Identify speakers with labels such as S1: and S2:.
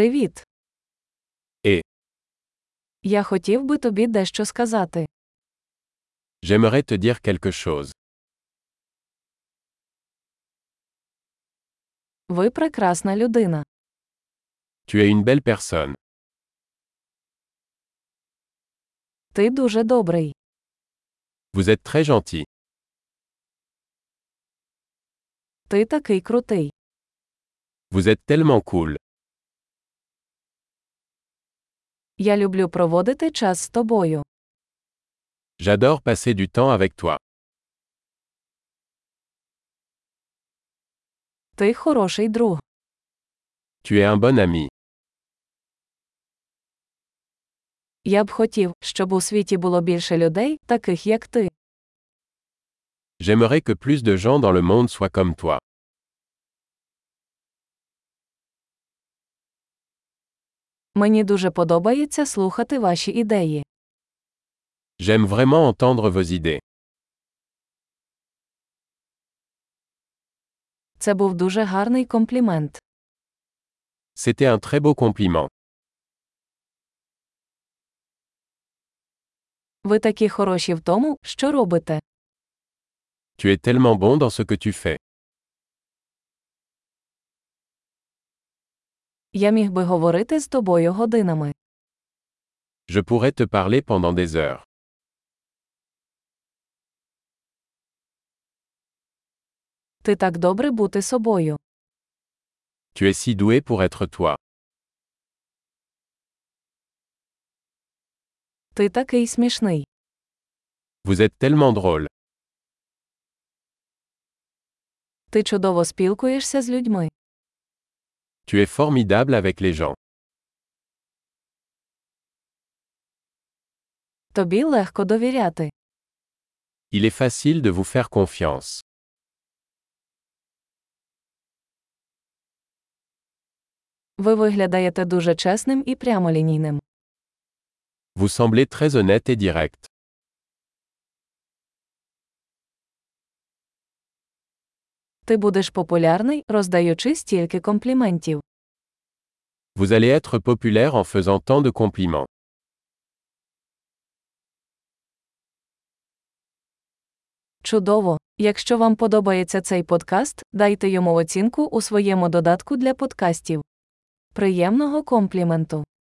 S1: Привіт.
S2: Et
S1: Я хотів би тобі дещо сказати.
S2: j'aimerais te dire quelque chose.
S1: Ви прекрасна людина.
S2: Tu es une belle personne.
S1: Ти дуже добрий.
S2: Vous êtes très gentil.
S1: Ти такий крутий.
S2: Vous êtes tellement cool.
S1: Я люблю проводити час з тобою.
S2: J'adore passer du temps avec toi.
S1: Ти хороший друг.
S2: Tu es un bon ami.
S1: Я б хотів, щоб у світі було більше людей, таких як ти.
S2: J'aimerais que plus de gens dans le monde soient comme toi.
S1: Мені дуже подобається слухати ваші ідеї.
S2: J'aime vraiment entendre vos idées.
S1: Це був дуже гарний комплімент.
S2: C'était un très beau compliment.
S1: Ви такі хороші в тому, що робите.
S2: Tu es tellement bon dans ce que tu fais.
S1: Я міг би говорити з тобою годинами.
S2: Je pourrais te parler pendant des heures.
S1: Ти так добре бути собою.
S2: Tu es si doué pour être toi.
S1: Ти такий смішний.
S2: Vous êtes tellement drôle.
S1: Ти чудово спілкуєшся з людьми.
S2: Tu es formidable avec les gens.
S1: Тобі легко довіряти.
S2: Il est facile de vous faire confiance.
S1: Ви виглядаєте дуже чесним і прямолінійним.
S2: Vous semblez très honnête et direct.
S1: Ти будеш популярний, роздаючи стільки компліментів.
S2: Vous allez être populaire en faisant tant de compliments.
S1: Чудово! Якщо вам подобається цей подкаст, дайте йому оцінку у своєму додатку для подкастів. Приємного компліменту!